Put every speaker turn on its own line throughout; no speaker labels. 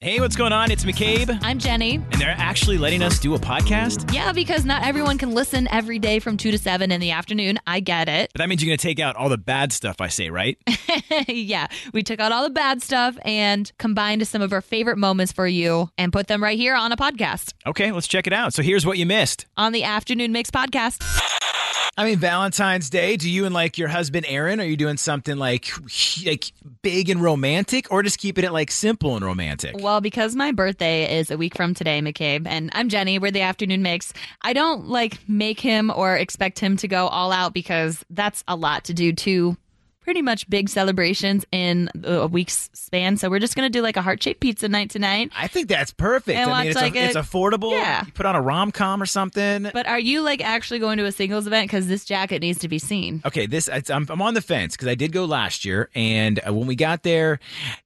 Hey, what's going on? It's McCabe,
I'm Jenny.
and they're actually letting us do a podcast.
Yeah, because not everyone can listen every day from 2 to 7 in the afternoon. I get it.
But that means you're going to take out all the bad stuff I say, right?
yeah, we took out all the bad stuff and combined some of our favorite moments for you and put them right here on a podcast
okay, let's check it out. So here's what you missed.
on the Afternoon Mix podcast.
I mean, Valentine's Day, do you and like your husband Aaron, are you doing something like like big and romantic or just keeping it like simple and romantic?
Well, because my birthday is a week from today, McCabe, and I'm Jenny, we're the Afternoon Mix. I don't like make him or expect him to go all out because that's a lot to do too. Pretty much big celebrations in a week's span. So we're just going to do like a heart shaped pizza night tonight.
I think that's perfect.
And
I mean,
watch,
it's,
like, a-
it's affordable.
yeah.
You put on a rom com or something.
But are you like actually going to a singles event? Because this jacket needs to be seen.
Okay, this it's, I'm, I'm on the fence because I did go last year, and uh, when we got there,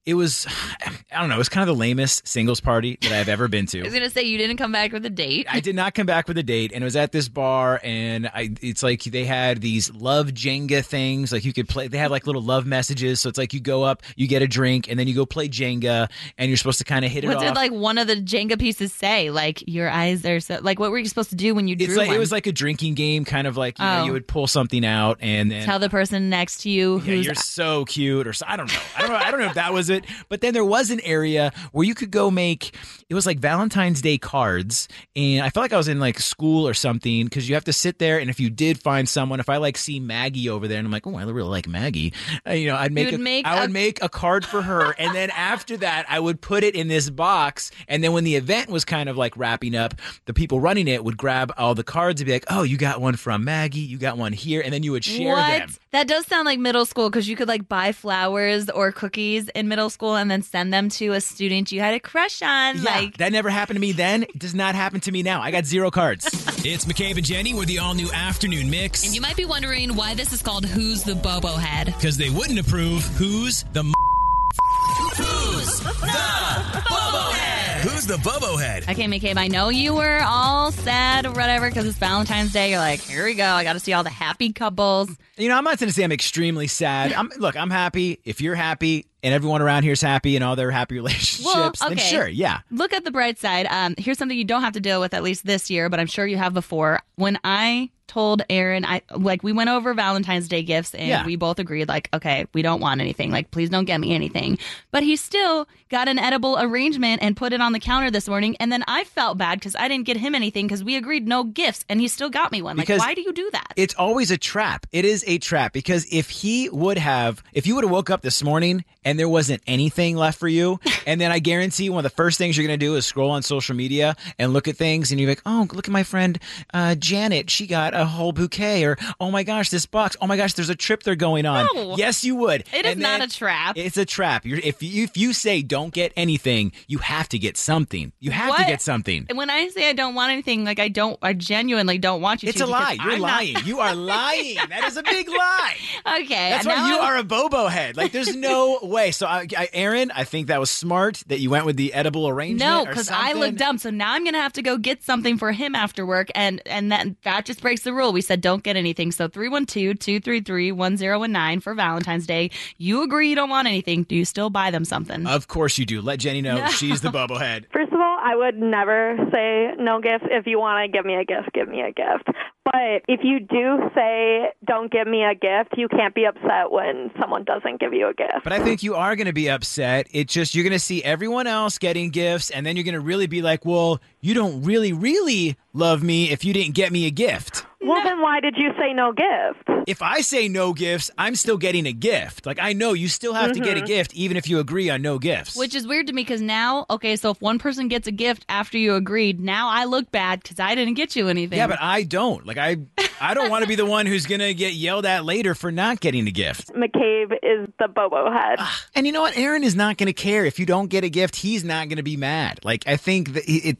it was I don't know, it was kind of the lamest singles party that I've ever been
I
to.
was gonna say you didn't come back with a date.
I did not come back with a date, and it was at this bar, and I it's like they had these love Jenga things, like you could play. They had like little love messages, so it's like you go up, you get a drink, and then you go play Jenga, and you're supposed to kind of hit it
What
off.
did like one of the Jenga pieces say? Like your eyes are so. Like what were you supposed to do when you drew
it's like
one?
it was like a drinking game, kind of like you, know,
Oh.
you would pull something out, and then
Tell the person next to you
Yeah,
who's
you're so cute, or so, I don't know. I don't know. I don't know if that was it. But then there was an area where you could go make. It was like Valentine's Day cards, and I felt like I was in like school or something because you have to sit there, and if you did find someone, if I like see Maggie over there, and I'm like, oh, I really like Maggie, uh, you know, I'd make,
would
a,
make
I would
a-
make a card for her, and then after that, I would put it in this box, and then when the event was kind of like wrapping up, the people running it would grab all the cards and be like, oh, you got one from Maggie, you got one here, and then you would share
what?
them.
That does sound like middle school because you could like buy flowers or cookies in middle school and then send them to a student you had a crush on. like
that never happened to me then. It does not happen to me now. I got zero cards. it's McCabe and Jenny with the all new afternoon mix
might be wondering why this is called "Who's the Bobo Head."
because they wouldn't approve who's the m-
Who's the Bobo Head?
Okay, McCabe, I know you were all sad or whatever because it's Valentine's Day. You're like, here we go. I got to see all the happy couples.
You know, I'm not going to say I'm extremely sad. I'm look, I'm happy. If you're happy and everyone around here's happy and all their happy relationships, then
okay.
sure, yeah.
Look at the bright side. Um, here's something you don't have to deal with at least this year, but I'm sure you have before. When I told Aaron, I like we went over Valentine's Day gifts and
Yeah.
we both agreed, like, okay, we don't want anything. Like, please don't get me anything. But he still got an edible arrangement and put it on the counter this morning. And then I felt bad because I didn't get him anything because we agreed no gifts, and he still got me one. Like,
Because-
why do you do that?
It's always a trap. It is a trap because if he would have, if you would have woke up this morning and there wasn't anything left for you, and then I guarantee one of the first things you're going to do is scroll on social media and look at things, and you're like, oh, look at my friend uh, Janet. She got a whole bouquet, or oh my gosh, this box. Oh my gosh, there's a trip they're going on.
No.
Yes, you would.
It is
And
not
then-
a trap.
It's a trap. You're, if you if you say don't get anything, you have to get something. You have to
What?
get something.
And when I say I don't want anything, like I don't, I genuinely don't want you.
It's
to
a lie.
because
You're
I'm not-
lying. You are lying. That is a big lie.
Okay,
That's
now
why you
I'm-
are a bobo head. Like, there's no way. So, I, I, Aaron, I think that was smart that you went with the edible arrangement.
No,
or
because I look
something.
dumb. So now I'm gonna have to go get something for him after work, and and that that just breaks the rule. We said don't get anything. So 312-233-1019 for Valentine's Day. You agree you don't want anything. Do you still buy them something?
Of course you do. Let Jenny know she's the bobo head.
First of all, I would never say no gifts. If you want to give me a gift, give me a gift. But if you do say don't give me a gift, you can't be upset when someone doesn't give you a gift.
But I think you are going to be upset. It's just you're going to see everyone else getting gifts, and then you're going to really be like, well, you don't really, really love me if you didn't get me a gift.
well, then why did you say no gift?
If I say no gifts, I'm still getting a gift. Like, I know you still have to get a gift, even if you agree on no gifts.
Which is weird to me because now, okay, so if one person gets a gift after you agreed, now I look bad because I didn't get you anything.
Yeah, but I don't. Like I I don't want to be the one who's going to get yelled at later for not getting a gift.
McCabe is the bobo head.
And you know what? Aaron is not going to care if you don't get a gift. He's not going to be mad. Like I think that it, it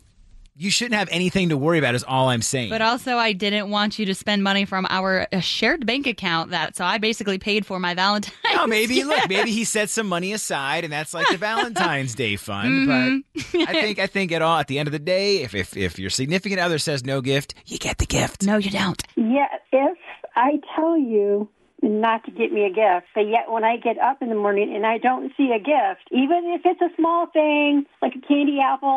you shouldn't have anything to worry about is all I'm saying.
But also, I didn't want you to spend money from our uh, shared bank account. That so I basically paid for my Valentine.
no, maybe look, maybe he set some money aside and that's like the Valentine's Day fund,
Mm-hmm.
but I think I think at all at the end of the day, if if if your significant other says no gift, you get the gift.
No, you don't.
Yeah, if I tell you not to get me a gift. But yet, when I get up in the morning and I don't see a gift, even if it's a small thing like a candy apple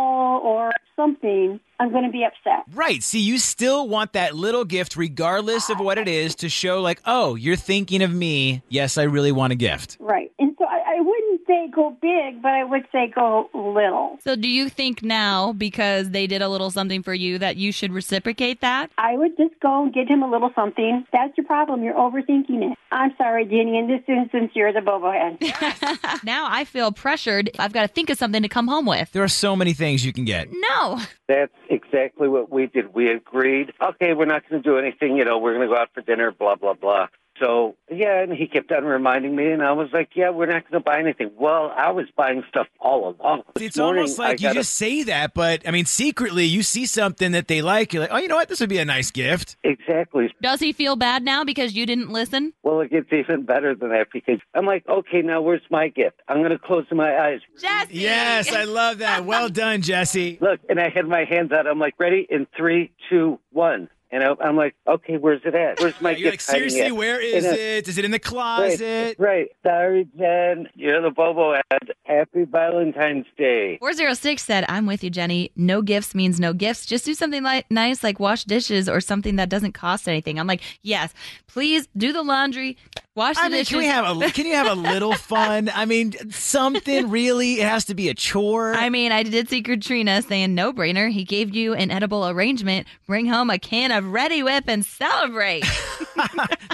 or something, I'm going to be upset.
Right. See, you still want that little gift, regardless of what it is, to show, like, oh, you're thinking of me. Yes, I really want a gift.
Right. And so I, I wouldn't say go big, but I would say go little.
So, do you think now, because they did a little something for you, that you should reciprocate that?
I would just go and get him a little something. That's your problem. You're overthinking it. I'm sorry, Jenny. In this instance, you're the bobohead.
Uh.
now I feel pressured. I've got to think of something to come home with.
There are so many things you can get.
No.
That's exactly what we did. We agreed, okay, we're not going to do anything, you know, we're going to go out for dinner, blah, blah, blah. So, yeah, and he kept on reminding me, and I was like, yeah, we're not going to buy anything. Well, I was buying stuff all along. This
It's
morning,
almost
I
like you
got a-
just say that, but I mean, secretly, you see something that they like. You're like, oh, you know what? This would be a nice gift.
Exactly.
Does he feel bad now because you didn't listen?
Well, it gets even better than that because I'm like, okay, now where's my gift? I'm going to close my eyes.
Jesse.
Yes, I love that. Well done, Jesse.
Look, and I had my hands out. I'm like, ready? In three, two, one. And I, I'm like, okay, where's it at? Where's my
You're like,
gift? hiding
seriously,
at?
where is
And I-
it? Is it in the
Right,
closet?
Right. Sorry, Jen. You're the Bobo ad. Happy Valentine's Day.
406 said, I'm with you, Jenny. No gifts means no gifts. Just do something like nice, like wash dishes or something that doesn't cost anything. I'm like, yes, please do the laundry, wash the
I mean,
dishes.
can we have a can you have a little fun? I mean, something really. It has to be a chore.
I mean, I did see Katrina saying no brainer. He gave you an edible arrangement. Bring home a can of Ready Whip and celebrate.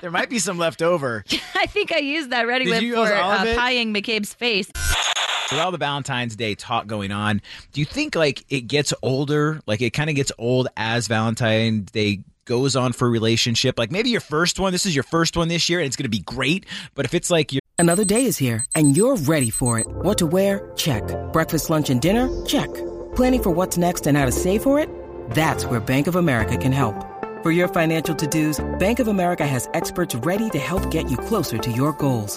there might be some left over.
I think I used that Ready
Did
Whip
you
for
use all of
uh,
it?
pieing McCabe's face.
With all the Valentine's Day talk going on, do you think like it gets older? Like it kind of gets old as Valentine's Day goes on for a relationship. Like maybe your first one, this is your first one this year and it's going to be great, but if it's like your
Another day is here, and you're ready for it. What to wear? Check. Breakfast, lunch, and dinner? Check. Planning for what's next and how to save for it? That's where Bank of America can help. For your financial to dos, Bank of America has experts ready to help get you closer to your goals.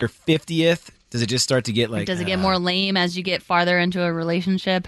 your 50th, does it just start to get like
Does it
uh,
get more lame as you get farther into a relationship?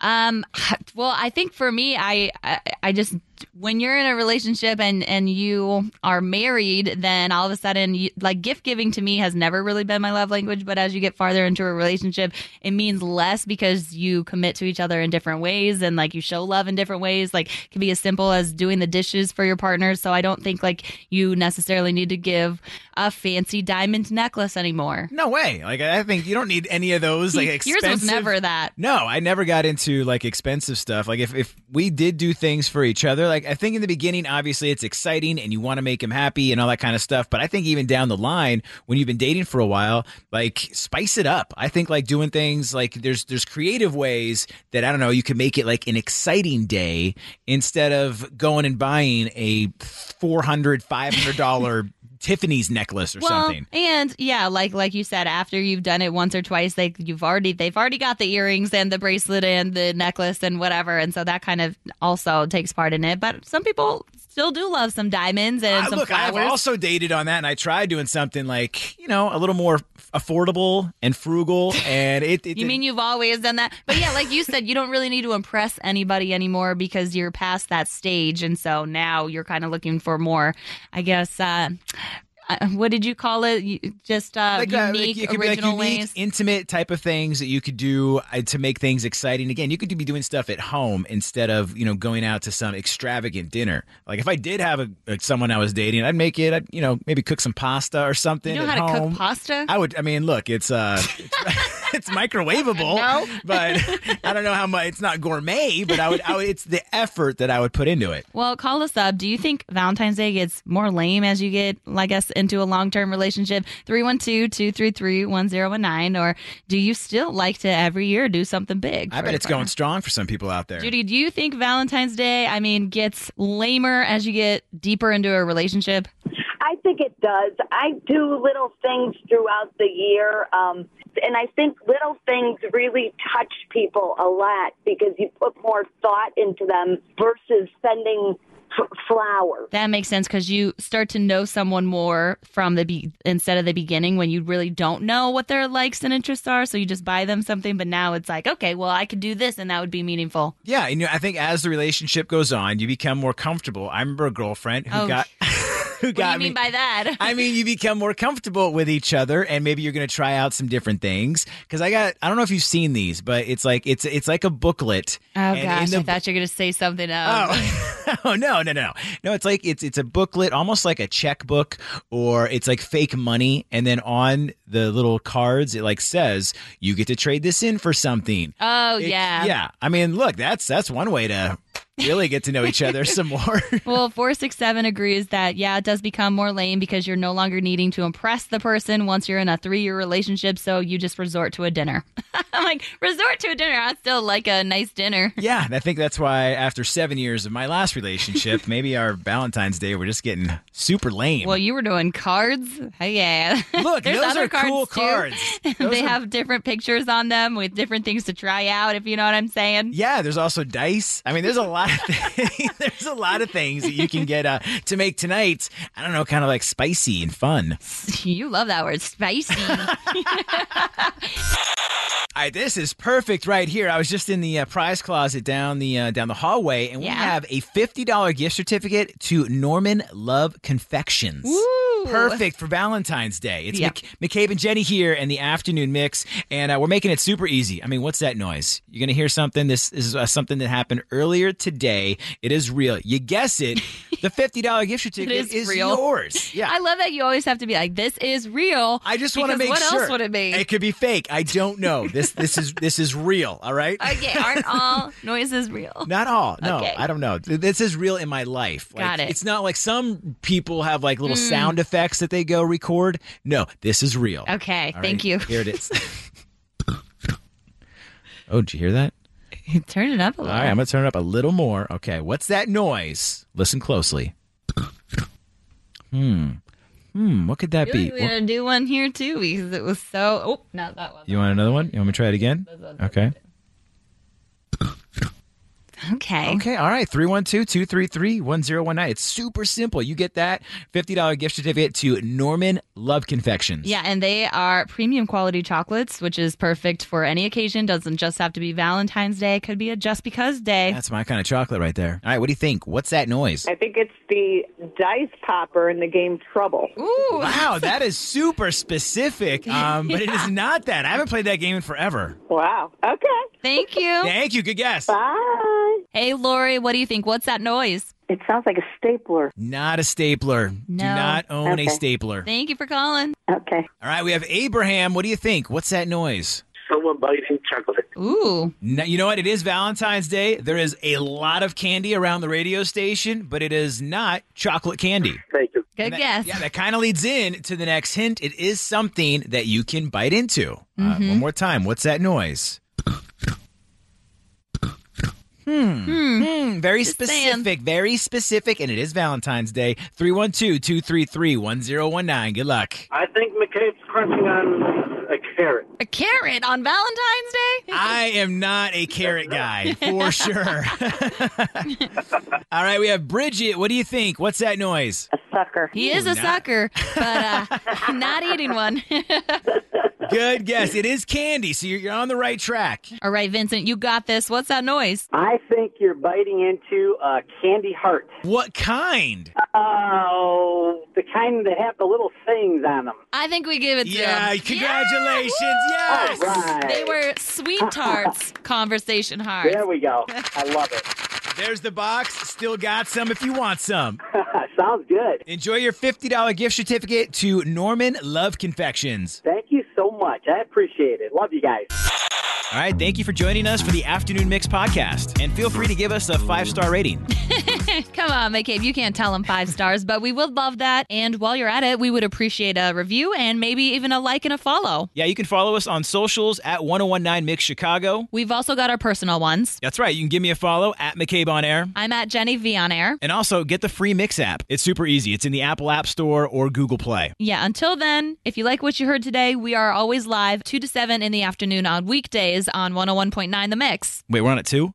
Um, well, I think for me, I, I, I just when you're in a relationship and and you are married, then all of a sudden, you, like gift giving to me has never really been my love language. But as you get farther into a relationship, it means less because you commit to each other in different ways and like you show love in different ways. Like it can be as simple as doing the dishes for your partner. So I don't think like you necessarily need to give a fancy diamond necklace anymore.
No way. Like I think you don't need any of those like
Yours
expensive
was never that.
No, I never got into like expensive stuff. Like if, if we did do things for each other, like I think in the beginning, obviously it's exciting and you want to make him happy and all that kind of stuff. But I think even down the line, when you've been dating for a while, like spice it up. I think like doing things like there's there's creative ways that I don't know you can make it like an exciting day instead of going and buying a 400 500 dollar Tiffany's necklace or something.
And yeah, like like you said, after you've done it once or twice, like you've already they've already got the earrings and the bracelet and the necklace and whatever, and so that kind of also takes part in it. But some people still do love some diamonds and
I-
some
look,
flowers.
I've also dated on that, and I tried doing something like you know a little more f- affordable and frugal, and it. it
you mean you've always done that? But yeah, like you said, you don't really need to impress anybody anymore because you're past that stage, and so now you're kind of looking for more. I guess. Uh, uh, what did you call it? You- Just uh,
like, uh,
unique,
it could be like
original
unique,
ways.
intimate type of things that you could do uh, to make things exciting. Again, you could be doing stuff at home instead of you know going out to some extravagant dinner. Like if I did have a, like someone I was dating, I'd make it. I'd you know maybe cook some pasta or something.
You know
at
how to
home.
cook pasta?
I would. I mean, look, it's uh, it's- it's microwavable,
No.
but I don't know how much. It's not gourmet, but I would, I would. It's the effort that I would put into it.
Well, call us up. Do you think Valentine's Day gets more lame as you get, I guess, into a long term relationship? 312 233 1019. Or do you still like to every year do something big?
I
for
bet
your
it's going
partner?
strong for some people out there.
Judy, do you think Valentine's Day, I mean, gets lamer as you get deeper into a relationship?
I think it does. I do little things throughout the year. Um, and I think little things really touch people a lot because you put more thought into them versus sending f- flowers.
That makes sense because you start to know someone more from the be- instead of the beginning when you really don't know what their likes and interests are. So you just buy them something, but now it's like, okay, well, I could do this and that would be meaningful.
Yeah, and you know, I think as the relationship goes on, you become more comfortable. I remember a girlfriend who
Oh,
got who
What do
got
you
me.
mean by that?
I mean, you become more comfortable with each other, and maybe you're going to try out some different things. Because I got—I don't know if you've seen these, but it's like it's it's like a booklet.
Oh
And in
gosh,
the
I thought you were gonna say something else.
Oh, oh no, no, no, no! It's like it's it's a booklet, almost like a checkbook, or it's like fake money. And then on the little cards, it like says you get to trade this in for something.
Oh,
It-
yeah.
yeah. I mean, look, that's that's one way to really get to know each other some more.
Well, four six seven agrees that yeah, it does become more lame because you're no longer needing to impress the person once you're in a three year relationship, so you just resort to a dinner. I'm like, resort to a dinner. I still like a nice dinner.
yeah, and I think that's why after seven years of my last relationship, maybe our Valentine's Day we're just getting super lame.
Well, you were doing cards. Hey, yeah.
look,
There's
those
other
are cool
cards,
cards. Those
they
are-
have different pictures on them with different things to try out, if you know what I'm saying.
Yeah, there's also dice. I mean, there's a lot of things, there's a lot of things that you can get uh, to make tonight. I don't know, kind of like spicy and fun.
You love that word, spicy.
All right, this is perfect right here. I was just in the uh, prize closet down the uh, down the hallway, and we
Yeah.
have a fifty dollar gift certificate to Norman Love Confections.
Ooh.
Perfect for Valentine's Day. It's
Yeah.
Mc- McCabe and Jenny here in the afternoon mix, and uh, we're making it super easy. I mean, what's that noise? You're gonna hear something. This is uh, something that happened earlier today. It is real. You guess it. The fifty dollar gift certificate
is real.
yours. Yeah.
I love that you always have to be like, this is real.
I just want to
because
make
what
sure.
else would it be?
It could be fake. I don't know. This this is this is real. All right.
okay, aren't all noises real?
Not all. No,
Okay.
I don't know. Th- This is real in my life. Like,
Got it. Hmm.
It's not like some people have like little sound effects that they go record. No, this is real.
Okay,
All
thank
right,
you.
Here it is. oh, did you hear that?
Turn it up a
All
little.
right, I'm going to turn it up a little more. Okay, what's that noise? Listen closely. Hmm. Hmm, what could that
I feel
be?
like we're gonna do one here too because it was so. Oh, not that one.
you want another one? You want me to try it again? Okay.
Okay.
Okay, all right. 312 233 1019. It's super simple. You get that $50 gift certificate to Norman Love Confections.
Yeah, and they are premium quality chocolates, which is perfect for any occasion. Doesn't just have to be Valentine's Day. Could be a just because day.
That's my kind of chocolate right there. All right, what do you think? What's that noise?
I think it's the dice popper in the game Trouble.
Ooh.
Wow, that is super specific, um, but it is not that. I haven't played that game in forever.
Wow. Okay.
Thank you.
Thank you. Good guess.
Bye.
Hey, Lori, what do you think? What's that noise?
It sounds like a stapler.
Not a stapler. Do
No.
not own a
Okay.
stapler.
Thank you for calling.
Okay.
All right, we have Abraham. What do you think? What's that noise?
Someone biting chocolate.
Ooh.
No, you know what? It is Valentine's Day. There is a lot of candy around the radio station, but it is not chocolate candy.
Thank you.
Good
And that-
guess.
Yeah, that kind of leads in to the next hint. It is something that you can bite into. Uh, one more time. What's that noise? Hmm. Hmm. Very
saying.
specific. Very specific. And it is Valentine's Day. 312 233 1019. Good luck.
I think McCabe's crunching on a carrot.
A carrot on Valentine's Day?
I am not a carrot guy, for sure. All right, we have Bridget. What do you think? What's that noise?
A sucker.
He is a
not-
sucker, but uh, not eating one.
Good guess. It is candy, so you're, you're on the right track.
All right, Vincent, you got this. What's that noise?
I think you're biting into a candy heart.
What kind?
Oh, the kind that have the little things on them.
I think we give it to
Yeah,
him.
congratulations. Yes.
Right.
They were sweet tarts, conversation hearts.
There we go. I love it.
There's the box. Still got some if you want some.
Sounds good.
Enjoy your $50 gift certificate to Norman Love Confections.
Thank you so much. I appreciate it. Love you guys.
All right, thank you for joining us for the Afternoon Mix podcast. And feel free to give us a five star rating.
Come on, McCabe. You can't tell them five stars, but we would love that. And while you're at it, we would appreciate a review and maybe even a like and a follow.
Yeah, you can follow us on socials at 1019 Mix Chicago.
We've also got our personal ones.
That's right. You can give me a follow at McCabe on Air.
I'm at Jenny V on air.
And also get the free Mix app. It's super easy. It's in the Apple App Store or Google Play.
Yeah, until then, if you like what you heard today, we are always live 2 to 7 in the afternoon on oh weekdays on 101.9 The Mix.
Wait, we're on it too?